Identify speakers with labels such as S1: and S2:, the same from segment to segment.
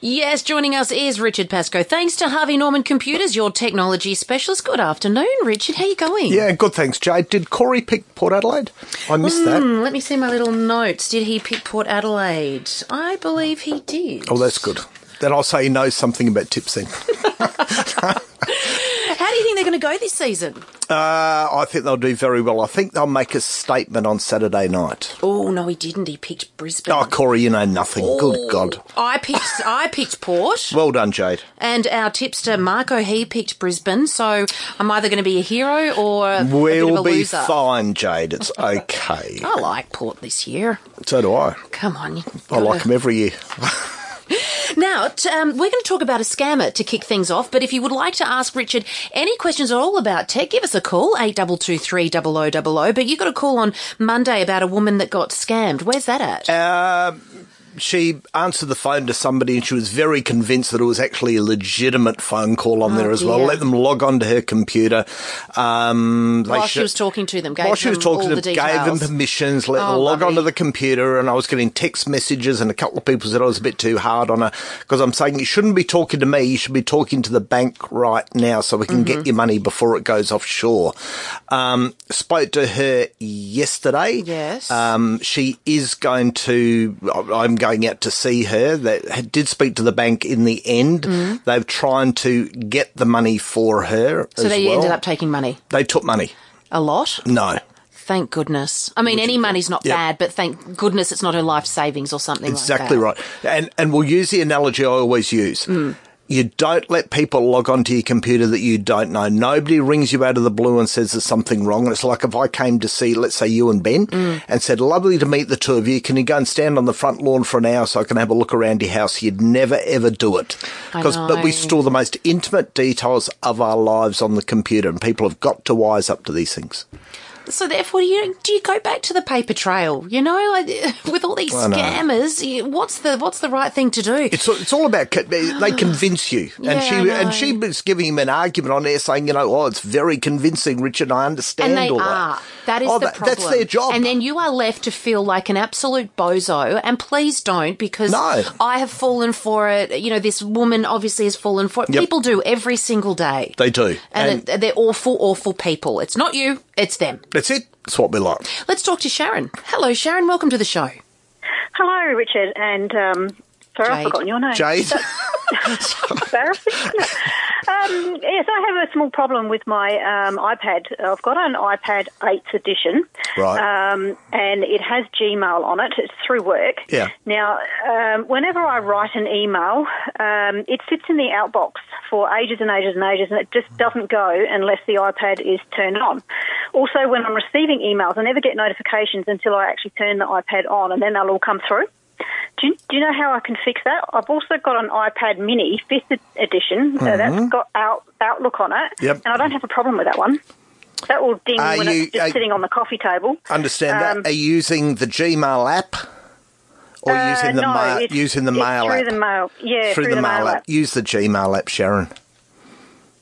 S1: Yes, joining us is Richard Pascoe. Thanks to Harvey Norman Computers, your technology specialist. Good afternoon, Richard. How you going?
S2: Yeah, good. Thanks, Jade. Did Corey pick Port Adelaide? I missed that.
S1: Hmm, let me see my little notes. Did he pick Port Adelaide? I believe he did.
S2: Oh, that's good. Then I'll say he knows something about tipsing.
S1: How do you think they're going to go this season?
S2: Uh, I think they'll do very well. I think they'll make a statement on Saturday night.
S1: Oh no, he didn't. He picked Brisbane. Oh,
S2: Oh, Corey, you know nothing. Good God.
S1: I picked I picked Port,
S2: Well done, Jade.
S1: and our tipster Marco he picked Brisbane. So I'm either going to be a hero or a bit of a
S2: We'll be
S1: loser.
S2: fine, Jade. It's okay.
S1: I like Port this year.
S2: so do I.
S1: Come on, you
S2: I like him every year.
S1: Now, t- um, we're going to talk about a scammer to kick things off, but if you would like to ask Richard any questions at all about tech, give us a call, 82230000. But you got a call on Monday about a woman that got scammed. Where's that at?
S2: Uh, she answered the phone to somebody and she was very convinced that it was actually a legitimate phone call on there as well.
S1: Oh, dear.
S2: Let them log on to her computer. Um, they
S1: While
S2: sho-
S1: she was talking to them, gave
S2: While she was
S1: them
S2: talking
S1: all
S2: to
S1: the
S2: them, gave them
S1: details.
S2: permissions, let
S1: Oh,
S2: them log
S1: lovely.
S2: onto the computer, and I was getting text messages, and a couple of people said I was a bit too hard on her because I'm saying you shouldn't be talking to me, you should be talking to the bank right now so we can
S1: Mm-hmm.
S2: get your money before it goes offshore. Um, spoke to her yesterday.
S1: Yes.
S2: Um, she is going to, I- I'm going out to see her. That did speak to the bank in the end. They've tried to get the money for her.
S1: Mm. so
S2: as
S1: they
S2: well.
S1: ended up taking money.
S2: They took money.
S1: A lot?
S2: No.
S1: Thank goodness. I mean, any money's not
S2: Yep.
S1: bad, but thank goodness it's not her life savings or something
S2: Exactly
S1: like that. Hmm.
S2: right. And and we'll use the analogy I always use. You don't let people log onto your computer that you don't know. Nobody rings you out of the blue and says there's something wrong. And it's like if I came to see, let's say you and Ben
S1: Hmm.
S2: and said, lovely to meet the two of you. Can you go and stand on the front lawn for an hour so I can have a look around your house? You'd never ever do it.
S1: I
S2: but
S1: know.
S2: we store the most intimate details of our lives on the computer and people have got to wise up to these things.
S1: So therefore, you, do you go back to the paper trail? You know, like, with all these
S2: I know.
S1: scammers, you- what's the what's the right thing to do?
S2: It's all, it's all about con- they they convince you,
S1: Yeah,
S2: and she
S1: I know.
S2: and she was giving him an argument on there, saying, you know, oh, it's very convincing, Richard. I understand
S1: and they
S2: all
S1: are.
S2: that.
S1: That is
S2: Oh,
S1: the problem.
S2: That's their job.
S1: And then you are left to feel like an absolute bozo. And please don't, because
S2: No.
S1: I have fallen for it. You know, this woman obviously has fallen for it.
S2: Yep.
S1: People do every single day.
S2: they do, and,
S1: and it- they're awful, awful people. It's not you, it's them.
S2: that's it. That's what we like.
S1: Let's talk to Sharon. Hello, Sharon. Welcome to the show.
S3: Hello, Richard, and um,
S1: Jade.
S3: sorry, I've forgotten your name.
S2: Jade,
S3: Embarrassing. um, yes, I have a small problem with my um, iPad. I've got an iPad 8th edition,
S2: Right.
S3: Um, and it has Gmail on it. It's through work.
S2: Yeah.
S3: Now, um, whenever I write an email, um, it sits in the outbox for ages and ages and ages, and it just doesn't go unless the iPad is turned on. Also, when I'm receiving emails, I never get notifications until I actually turn the iPad on, and then they'll all come through. Do you, do you know how I can fix that? I've also got an iPad Mini, fifth edition, so that's got out, Outlook on it,
S2: Mm-hmm. Yep.
S3: and I don't have a problem with that one. That will ding
S2: Are
S3: when
S2: you-
S3: it's just
S2: are-
S3: sitting on the coffee table.
S2: understand
S3: Um,
S2: that? Are you using the Gmail app or
S3: Uh,
S2: using the
S3: no,
S2: ma-
S3: it's-
S2: using the
S3: it's
S2: mail
S3: through
S2: app?
S3: the mail. Yeah,
S2: through, the, mail app. Use the Gmail app, Sharon.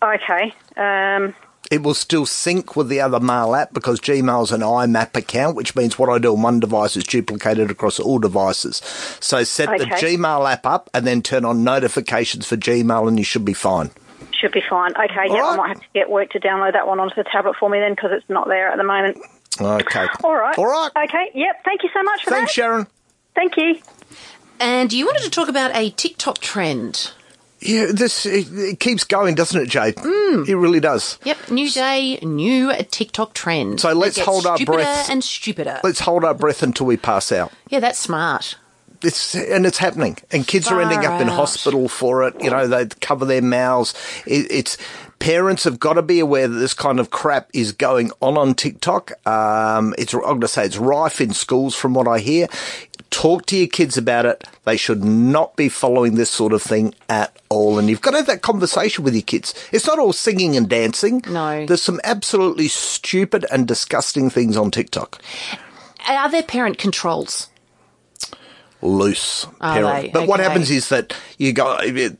S3: Okay. Um,
S2: it will still sync with the other mail app because Gmail's an IMAP account, which means what I do on one device is duplicated across all devices. So set the
S3: Okay.
S2: Gmail app up and then turn on notifications for Gmail and you should be fine.
S3: should be fine. Okay, yeah,
S2: right.
S3: I might have to get work to download that one onto the tablet for me then because it's not there at the moment.
S2: Okay.
S3: All right.
S2: All right.
S3: Okay, yep. Thank you so much for
S2: Thanks,
S3: that.
S2: Sharon.
S3: Thank you.
S1: And you wanted to talk about a TikTok trend.
S2: Yeah, this it, it keeps going, doesn't it, Jade?
S3: Hmm.
S2: Mm. It really does.
S1: Yep, new day, new TikTok trend.
S2: So
S1: It
S2: let's
S1: gets
S2: hold our
S1: stupider
S2: breath.
S1: and stupider.
S2: Let's hold our breath until we pass out.
S1: yeah, that's smart.
S2: It's and it's happening, and kids
S1: Far
S2: are ending up in
S1: out.
S2: hospital for it. You know, they cover their mouths. It, it's parents have got to be aware that this kind of crap is going on on TikTok. Um, it's I'm going to say it's rife in schools, from what I hear. Talk to your kids about it. They should not be following this sort of thing at all. And you've got to have that conversation with your kids. It's not all singing and dancing.
S1: No.
S2: There's some absolutely stupid and disgusting things on TikTok.
S1: Are there parent controls?
S2: loose
S1: Are
S2: parent.
S1: Oh, they?
S2: But what
S1: Okay.
S2: happens is that you go. It,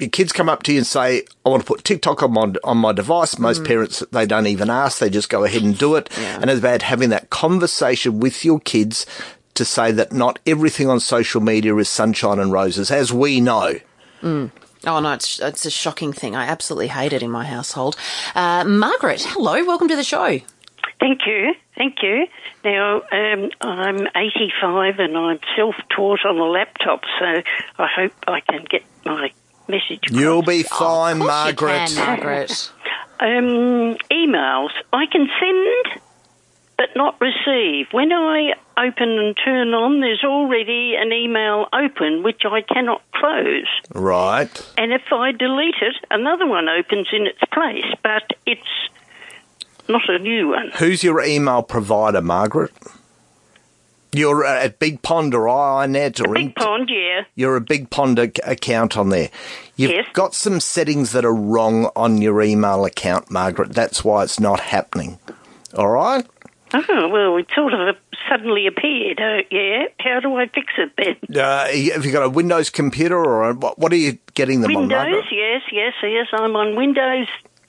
S2: your kids come up to you and say, "I want to put TikTok on my on my device." Most
S1: Mm.
S2: parents they don't even ask; they just go ahead and do it. And it's about having that conversation with your kids to say that not everything on social media is sunshine and roses, as we know.
S1: Mm. Oh no, it's it's a shocking thing. I absolutely hate it in my household. Uh, Margaret, hello, welcome to the show.
S4: Thank you, thank you. Now um, I'm 85 and I'm self-taught on a laptop, so I hope I can get my message. Across.
S2: You'll be fine,
S1: oh,
S2: Margaret.
S1: Can, Margaret.
S4: um, emails I can send, but not receive. When I open and turn on, there's already an email open which I cannot close.
S2: Right.
S4: And if I delete it, another one opens in its place, but it's not a new one.
S2: Who's your email provider, Margaret? You're at Big Pond or iNet or
S4: Big in- Pond, yeah.
S2: You're a Big Pond ac- account on there. You've
S4: Yes.
S2: got some settings that are wrong on your email account, Margaret. That's why it's not happening. All right.
S4: Oh well, it sort of suddenly appeared. Oh, yeah. How do I fix it then?
S2: Uh, have you got a Windows computer or a, what, what are you getting them on?
S4: Windows,
S2: Margaret?
S4: yes, yes, yes. I'm on Windows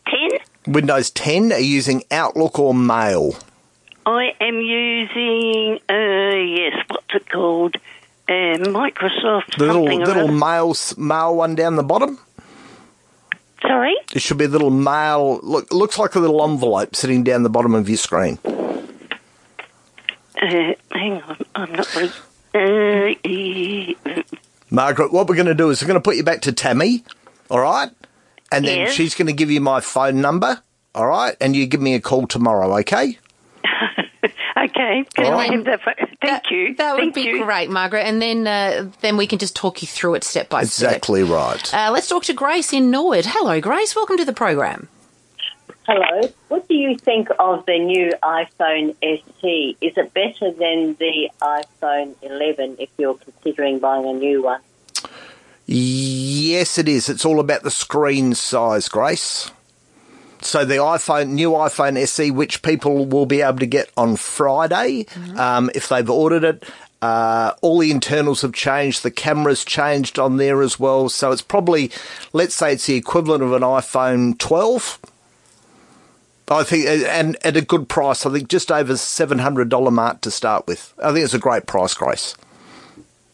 S4: 10.
S2: Windows 10. Are you using Outlook or Mail?
S4: I am using, uh, yes, what's it called? Uh, Microsoft
S2: The little
S4: something or
S2: little
S4: other.
S2: mail s- mail one down the bottom.
S4: Sorry?
S2: It should be a little mail. Look, looks like a little envelope sitting down the bottom of your screen.
S4: Uh, hang on, I'm not really... Uh, e-
S2: Margaret, what we're going to do is we're going to put you back to Tammy, all right? And then
S4: Yes.
S2: she's going to give you my phone number, all right? And you give me a call tomorrow, okay?
S4: okay, can I
S2: Alright.
S4: have that? for- Thank
S1: That-
S4: you.
S1: That would
S4: Thank
S1: be
S4: you.
S1: great, Margaret, and then uh, then we can just talk you through it step by step.
S2: Exactly right.
S1: Uh, let's talk to Grace in Norwood. Hello, Grace. Welcome to the program.
S5: Hello. What do you think of the new iPhone SE? Is it better than the iPhone 11 if you're considering buying a new one?
S2: Yes, it is. It's all about the screen size, Grace. So the iPhone, new iPhone SE, which people will be able to get on Friday, um, if they've ordered it. Uh, all the internals have changed. The cameras changed on there as well. So it's probably, let's say, it's the equivalent of an iPhone 12. I think, and at a good price. I think just over seven hundred dollar mark to start with. I think it's a great price, Grace.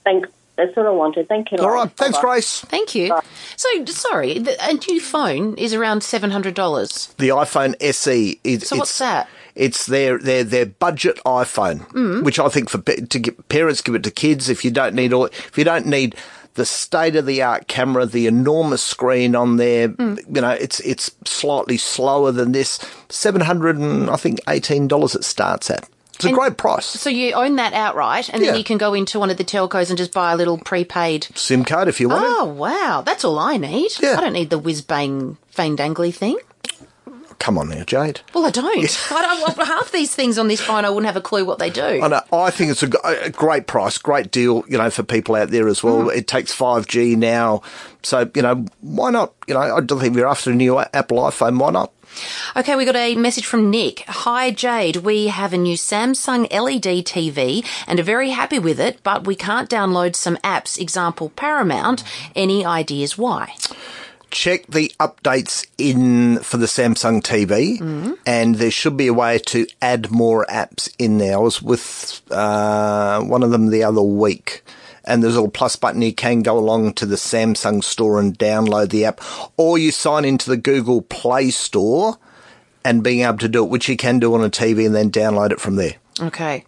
S5: Thanks. That's what I wanted. Thank you.
S2: All
S5: Lauren.
S2: right, thanks,
S5: Bye-bye.
S2: Grace.
S1: Thank you. So sorry, th- a new phone is around seven hundred dollars.
S2: the iPhone SE. It,
S1: So what's
S2: it's,
S1: that? Mm.
S2: It's their their their budget iPhone, which I think for pa- to get, parents give it to kids if you don't need all if you don't need the state of the art camera, the enormous screen on there.
S1: Mm.
S2: You know, it's it's slightly slower than this. Seven hundred and I think eighteen dollars it starts at. It's a
S1: And-
S2: great price.
S1: So you own that outright, and
S2: Yeah.
S1: then you can go into one of the telcos and just buy a little prepaid.
S2: SIM card if you want
S1: Oh wow, that's all I need.
S2: Yeah.
S1: I don't need the whiz bang fang dangly thing.
S2: it. Come on now, Jade.
S1: Well, I don't. I don't. well, Half these things on this phone, I wouldn't have a clue what they do.
S2: I know. I think it's a, g- a great price, great deal, you know, for people out there as well. It takes 5G now. So, you know, why not? You know, I don't think we're after a new a- Apple iPhone. Why not?
S1: Okay, we got a message from Nick. Hi, Jade. We have a new Samsung E LED TV and are very happy with it, but we can't download some apps, example Paramount. Any ideas why?
S2: Check the updates in for the Samsung TV and there should be a way to add more apps in there. I was with uh, one of them the other week. And there's a little plus button. You can go along to the Samsung store and download the app, or you sign into the Google Play Store and being able to do it, which you can do on a TV and then download it from there.
S1: Okay.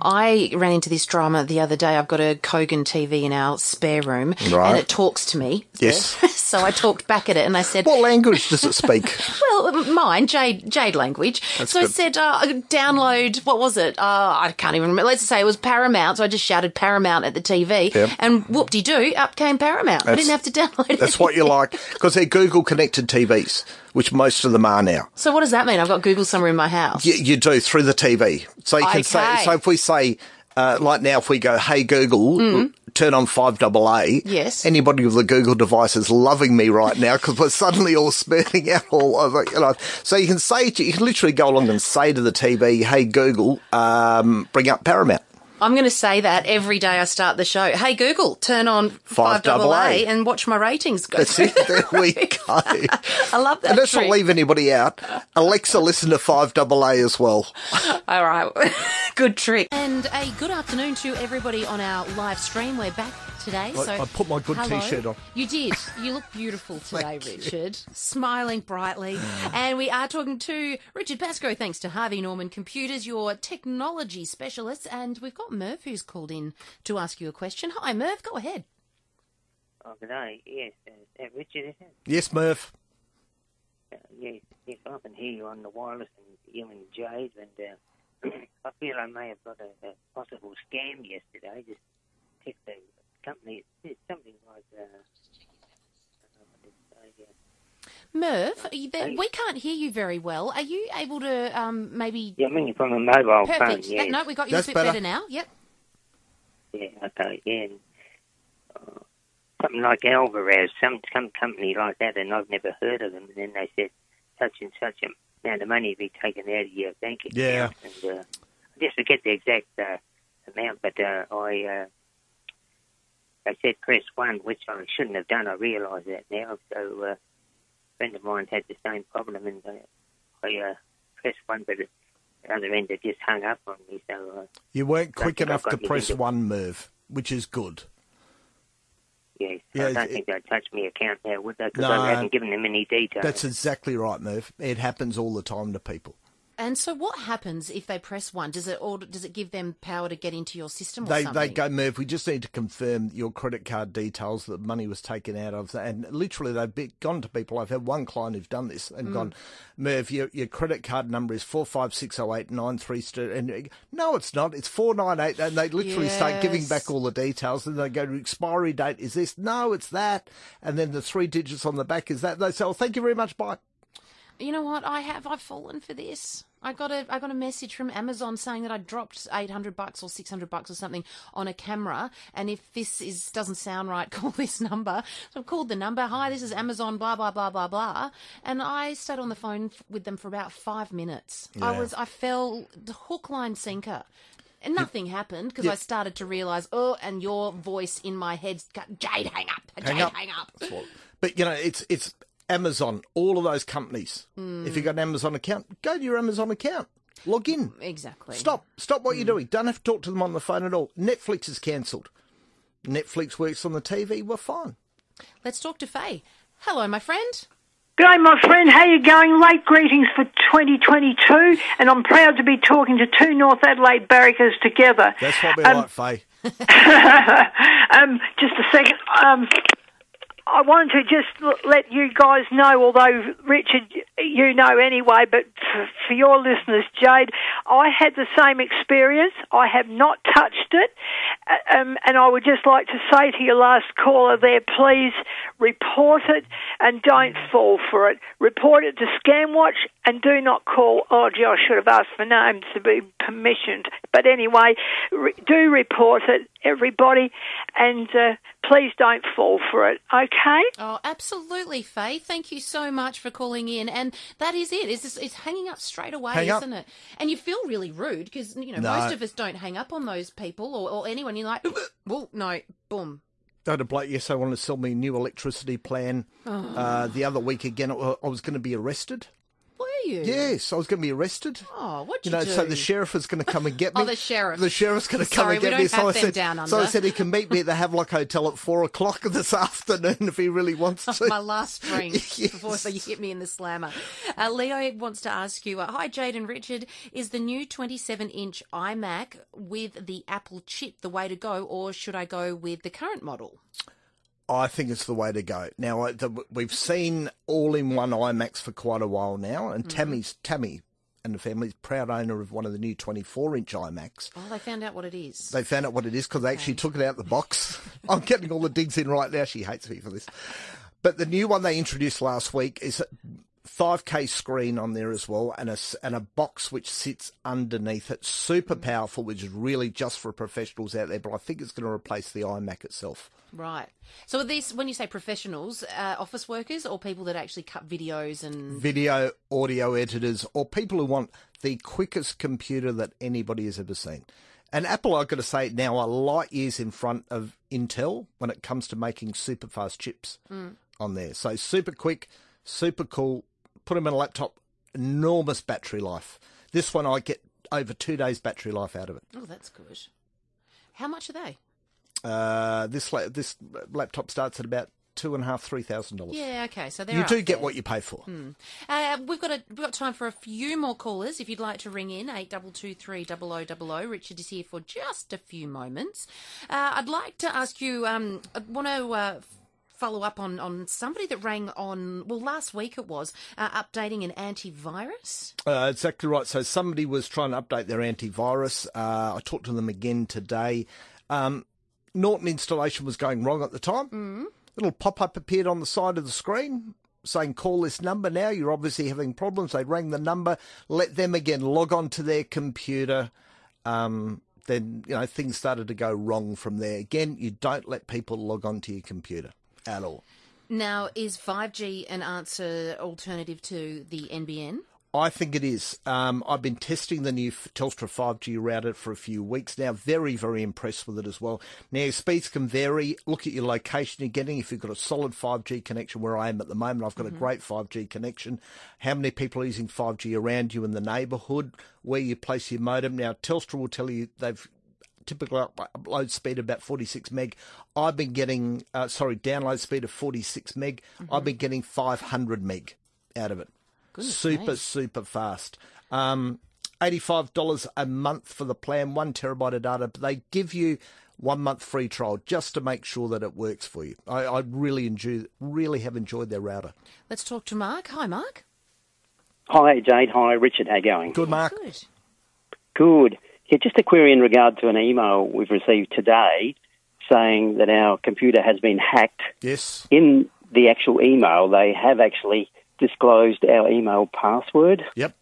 S1: I ran into this drama the other day. I've got a Kogan TV in our spare room
S2: Right.
S1: and it talks to me.
S2: Yes.
S1: so I talked back at it and I said,
S2: What language does it speak?
S1: Well, mine, Jade, Jade language. so I
S2: good.
S1: said, uh, download, what was it? Uh, I can't even remember. Let's say it was Paramount. So I just shouted Paramount at the TV.
S2: Yep.
S1: And whoop de doo, up came Paramount. I
S2: That's-
S1: didn't have to download it.
S2: That's what you like because they're Google connected TVs, which most of them are now.
S1: So what does that mean? I've got Google somewhere in my house.
S2: You, you do through the TV. So you can say,
S1: Okay.
S2: so if we say, uh, like now, if we go, hey Google, turn on 5AA.
S1: Mm. Yes.
S2: Anybody with a Google device is loving me right now because we're suddenly all spurting out all over. You know. So you can say, to, you can literally go along and say to the TV, hey Google, um, bring up Paramount.
S1: I'm going to say that every day I start the show. Hey, Google, turn on
S2: 5AA
S1: 5AA and watch my ratings go.
S2: That's it. There we go.
S1: I love that.
S2: And let's not
S1: trick.
S2: leave anybody out. Alexa, listen to 5AA as well.
S1: All right.
S6: good trick.
S1: And a good afternoon to everybody on our live stream. We're back today.
S2: I-
S1: so
S2: I put my good
S1: hello.
S2: t-shirt on.
S1: You did. You look beautiful today,
S2: Thank you.
S1: Richard. Smiling brightly. and we are talking to Richard Basco, thanks to Harvey Norman Computers, your technology specialist. And we've got Merv who's called in to ask you a question. Hi, Merv. Go ahead.
S7: Oh, good day. Yes, uh, is that Richard, is it?
S2: Yes, Murph.
S7: Uh, yes, yes, I can hear you on the wireless and you and Jade, and uh, I feel I may have got a, a possible scam yesterday. Just check the company. It's something like, uh, I don't know what to say, uh,
S1: Merv, you there- we can't hear you very well. Are you able to um, maybe.
S7: yeah, I mean, from a mobile
S1: Perfect.
S7: phone, yeah.
S1: Uh, No, we got you
S2: That's
S1: a bit
S2: better.
S1: better now. Yep.
S7: Yeah, okay, yeah. and, uh, Something like Alvarez, some some company like that, and I've never heard of them. And then they said such and such amount of money will be taken out of your bank account.
S2: Yeah.
S7: And, uh, I just forget the exact uh, amount, but uh, I uh, they said press one, which I shouldn't have done. I realise that now. So uh, a friend of mine had the same problem, and uh, I uh, pressed one, but at the other end it just hung up on me. So. Uh,
S2: You weren't quick
S7: think
S2: enough
S7: I've
S2: to
S7: got you
S2: press
S7: into-
S2: one, Merv, which is good.
S7: Yes,
S2: Yeah,
S7: I don't
S2: it-
S7: think they'd touch me account now, would they? Because
S2: No.
S7: I haven't given them any details.
S2: That's exactly right, Merv. It happens all the time to people.
S1: And so, what happens if they press one? Does it or does it give them power to get into your system? Or
S2: They
S1: something?
S2: they go, Merv. We just need to confirm your credit card details that money was taken out of, and literally they've be, gone to people. I've had one client who've done this
S1: Mm.
S2: and gone, Merv, your your credit card number is four five six zero eight nine three, and uh, no, it's not. It's four nine eight, and they literally start giving
S1: Yes.
S2: back all the details, and they go, expiry date is this? No, it's that, and then the three digits on the back is that. They say, oh, thank you very much, bye.
S1: You know what? I have. I've fallen for this. I got a I got a message from Amazon saying that I dropped eight hundred bucks or six hundred bucks or something on a camera, and if this is doesn't sound right, call this number. So I've called the number. Hi, this is Amazon. Blah blah blah blah blah. And I stayed on the phone f- with them for about five minutes. I
S2: Yeah.
S1: was I fell the hook line sinker. And nothing happened because
S2: Yeah.
S1: I started to realise, oh, and your voice in my head's got, Jade, hang up, Jade,
S2: Hang up.
S1: hang up.
S2: Well, But you know, it's it's Amazon, all of those companies. If you've got an Amazon account, go to your Amazon account. Log in.
S1: Exactly.
S2: Stop. Stop what you're doing. Don't have to talk to them on the phone at all. Netflix is cancelled. Netflix works on the TV. We're fine.
S1: Let's talk to Faye. Hello, my friend.
S8: G'day, my friend. How you going? Late greetings for 2022, and I'm proud to be talking to two North Adelaide barrackers together.
S2: That's what we like, Faye.
S8: Um, just a second. Um, I wanted to just l- let you guys know, although Richard, you know anyway, but f- for your listeners, Jade, I had the same experience. I have not touched it. Uh, Um, and I would just like to say to your last caller there, please report it and don't fall for it. Report it to Scamwatch and do not call. Oh, gee, I should have asked for names to be permissioned. But anyway, re- do report it, everybody, and uh, please don't fall for it, okay?
S1: Oh, absolutely, Faye. Thank you so much for calling in. And that is it. It's, just- it's hanging up straight away,
S2: Hang up.
S1: isn't it? And you feel really rude because, you know,
S2: No.
S1: most of us don't hang up on those people or, or anyone. You're like, well, no, boom.
S2: Don't a bloke yesterday wanted to sell me a new electricity plan. Uh, the other week again, I I was going to be arrested.
S1: Were you?
S2: Yes, I was going to be arrested.
S1: Oh, what'd
S2: You
S1: you,
S2: know,
S1: do?
S2: so the sheriff is going to come and get
S1: Oh,
S2: me.
S1: the sheriff.
S2: The sheriff's going to come
S1: Sorry,
S2: and
S1: we
S2: get
S1: don't
S2: me. so
S1: have
S2: I
S1: them
S2: said,
S1: down
S2: so I
S1: under.
S2: said he can meet me at the Havelock Hotel at four o'clock this afternoon if he really wants to.
S1: my last drink
S2: Yes.
S1: before they hit me in the slammer. Uh, Leo wants to ask you, uh, hi Jade and Richard, is the new 27-inch iMac with the Apple chip the way to go, or should I go with the current model?
S2: I think it's the way to go. Now I- the, we've seen all-in-one IMAX for quite a while now, and
S1: Mm-hmm.
S2: Tammy's Tammy and the family's proud owner of one of the new 24-inch IMAX.
S1: Oh, they found out what it is.
S2: They found out what it is because they actually took it out of the box. I'm getting all the digs in right now. She hates me for this. But the new one they introduced last week is a 5K screen on there as well, and a s- and a box which sits underneath it. Super powerful, which is really just for professionals out there. But I think it's going to replace the iMac itself.
S1: Right. So are these, when you say professionals, uh, office workers or people that actually cut videos and
S2: Video, audio editors, or people who want the quickest computer that anybody has ever seen. And Apple, I've got to say, now are light years in front of Intel when it comes to making super fast chips.
S1: Mm.
S2: on there. So super quick, super cool. Put them in a laptop. Enormous battery life. This one I get over two days battery life out of it.
S1: Oh, that's good. How much are they?
S2: Uh, this la- this laptop starts at about two and a half, three thousand dollars.
S1: Yeah, okay. So they're
S2: You
S1: up
S2: do get
S1: there.
S2: what you pay for.
S1: Uh, we've got a, we've got time for a few more callers. If you'd like to ring in, eight double two three double o double o. Richard is here for just a few moments. Uh, I'd like to ask you. Um, I want to. Uh, f- Follow up on, on somebody that rang on, well, last week it was, uh, updating an antivirus.
S2: Uh, exactly right. So somebody was trying to update their antivirus. Uh, I talked to them again today. Um, Norton installation was going wrong at the time. Mm. Little pop up appeared on the side of the screen saying, call this number now. You're obviously having problems. They rang the number, let them again log on to their computer. Um, then, you know, things started to go wrong from there. Again, you don't let people log on to your computer at all.
S1: Now, is 5G an answer alternative to the NBN?
S2: I think it is. Um, I've been testing the new f- Telstra 5G router for a few weeks now. Very, very impressed with it as well. Now, speeds can vary. Look at your location you're getting. If you've got a solid 5G connection where I am at the moment, I've got a great 5G connection. How many people are using 5G around you in the neighbourhood? Where you place your modem? Now, Telstra will tell you they've typical up- upload speed of about 46 meg. I've been getting, uh, sorry, download speed of 46 meg.
S1: Mm-hmm.
S2: I've been getting 500 meg out of it. super,
S1: me.
S2: super fast. Um, $85 a month for the plan, one terabyte of data, but they give you one month free trial just to make sure that it works for you. I, I really enjoy, really have enjoyed their router.
S1: Let's talk to Mark. Hi, Mark.
S6: Hi, Jade. Hi, Richard. How you going?
S2: Good, Mark.
S1: Oh, Good.
S6: Good. Yeah, just a query in regard to an email we've received today saying that our computer has been hacked.
S2: Yes.
S6: In the actual email, they have actually disclosed our email password.
S2: Yep.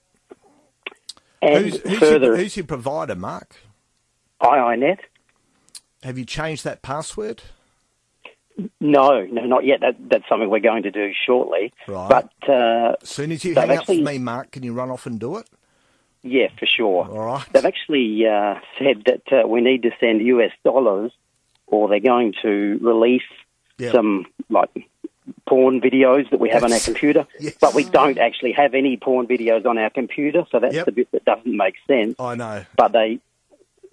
S6: And
S2: Who's, who's, your,
S6: further,
S2: who's your provider, Mark?
S6: IINet?
S2: Have you changed that password?
S6: No, no, not yet. That, that's something we're going to do shortly.
S2: Right.
S6: But uh,
S2: As soon as you
S6: They've
S2: hang up
S6: actually-
S2: with me, Mark, can you run off and do it?
S6: yeah, for sure.
S2: All right.
S6: They've actually uh, said that uh, we need to send US dollars, or they're going to release
S2: Yeah.
S6: some like porn videos that we have on our
S2: Yes.
S6: computer.
S2: Yes.
S6: But we don't actually have any porn videos on our computer, so that's
S2: Yep.
S6: the bit that doesn't make sense.
S2: I know.
S6: But they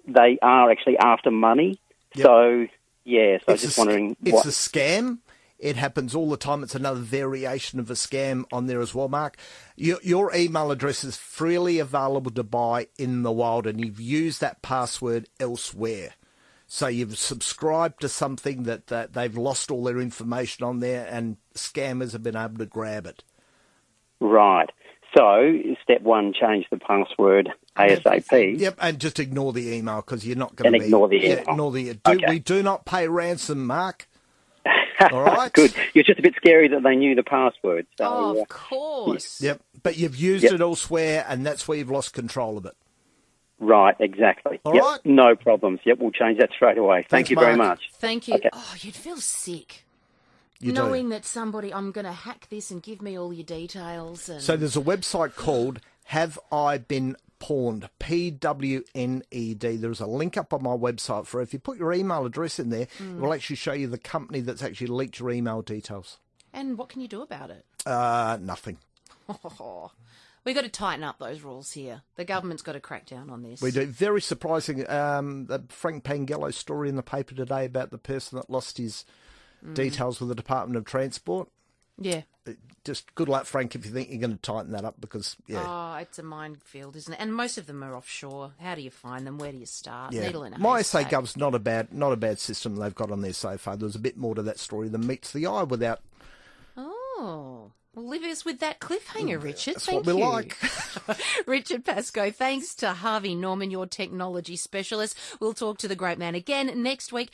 S6: they are actually after money.
S2: Yep.
S6: So yeah, so I was
S2: a
S6: just
S2: sc-
S6: wondering
S2: It's
S6: what
S2: a scam. It happens all the time. It's another variation of a scam on there as well, Mark. Your, your email address is freely available to buy in the wild, and you've used that password elsewhere. So you've subscribed to something that, that they've lost all their information on there, and scammers have been able to grab it.
S6: right. So step one, change the password ASAP.
S2: Yep, and just ignore the email because you're not going to
S6: And
S2: be.
S6: ignore the
S2: yeah,
S6: email.
S2: ignore the. uh, Do,
S6: Okay.
S2: We do not pay ransom, Mark. All right.
S6: Good. You're just a bit scary that they knew the password. So
S1: Oh,
S6: uh,
S1: of course.
S2: Yep, but you've used
S6: Yep.
S2: it elsewhere, and that's where you've lost control of it.
S6: right, exactly.
S2: All
S6: yep,
S2: right.
S6: no problems. Yep, we'll change that straight away.
S2: Thanks,
S6: Thank you very
S2: Mark.
S6: much.
S1: Thank you.
S6: Okay.
S1: Oh, you'd feel sick.
S2: You do.
S1: knowing that somebody I'm going to hack this and give me all your details and
S2: So there's a website called Have I Been Pawned? P W N E D. There's a link up on my website for if you put your email address in there, it will actually show you the company that's actually leaked your email details.
S1: and what can you do about it?
S2: Uh, nothing.
S1: We've got to tighten up those rules here. The government's got to crack down on this.
S2: We do. Very surprising. Um, the Frank Pangello story in the paper today about the person that lost his
S1: Mm.
S2: details with the Department of Transport.
S1: Yeah.
S2: Just good luck, Frank, if you think you're going to tighten that up because, yeah.
S1: Oh, it's a minefield, isn't it? And most of them are offshore. How do you find them? Where do you start?
S2: Yeah.
S1: Needle in a
S2: My SA
S1: haystack.
S2: Gov's not a bad not a bad system they've got on there so far. There's a bit more to that story than meets the eye without
S1: Oh. Well, leave us with that cliffhanger, Richard.
S2: Mm, that's
S1: Thank
S2: what we
S1: you.
S2: like.
S1: Richard Pascoe, thanks to Harvey Norman, your technology specialist. We'll talk to the great man again next week.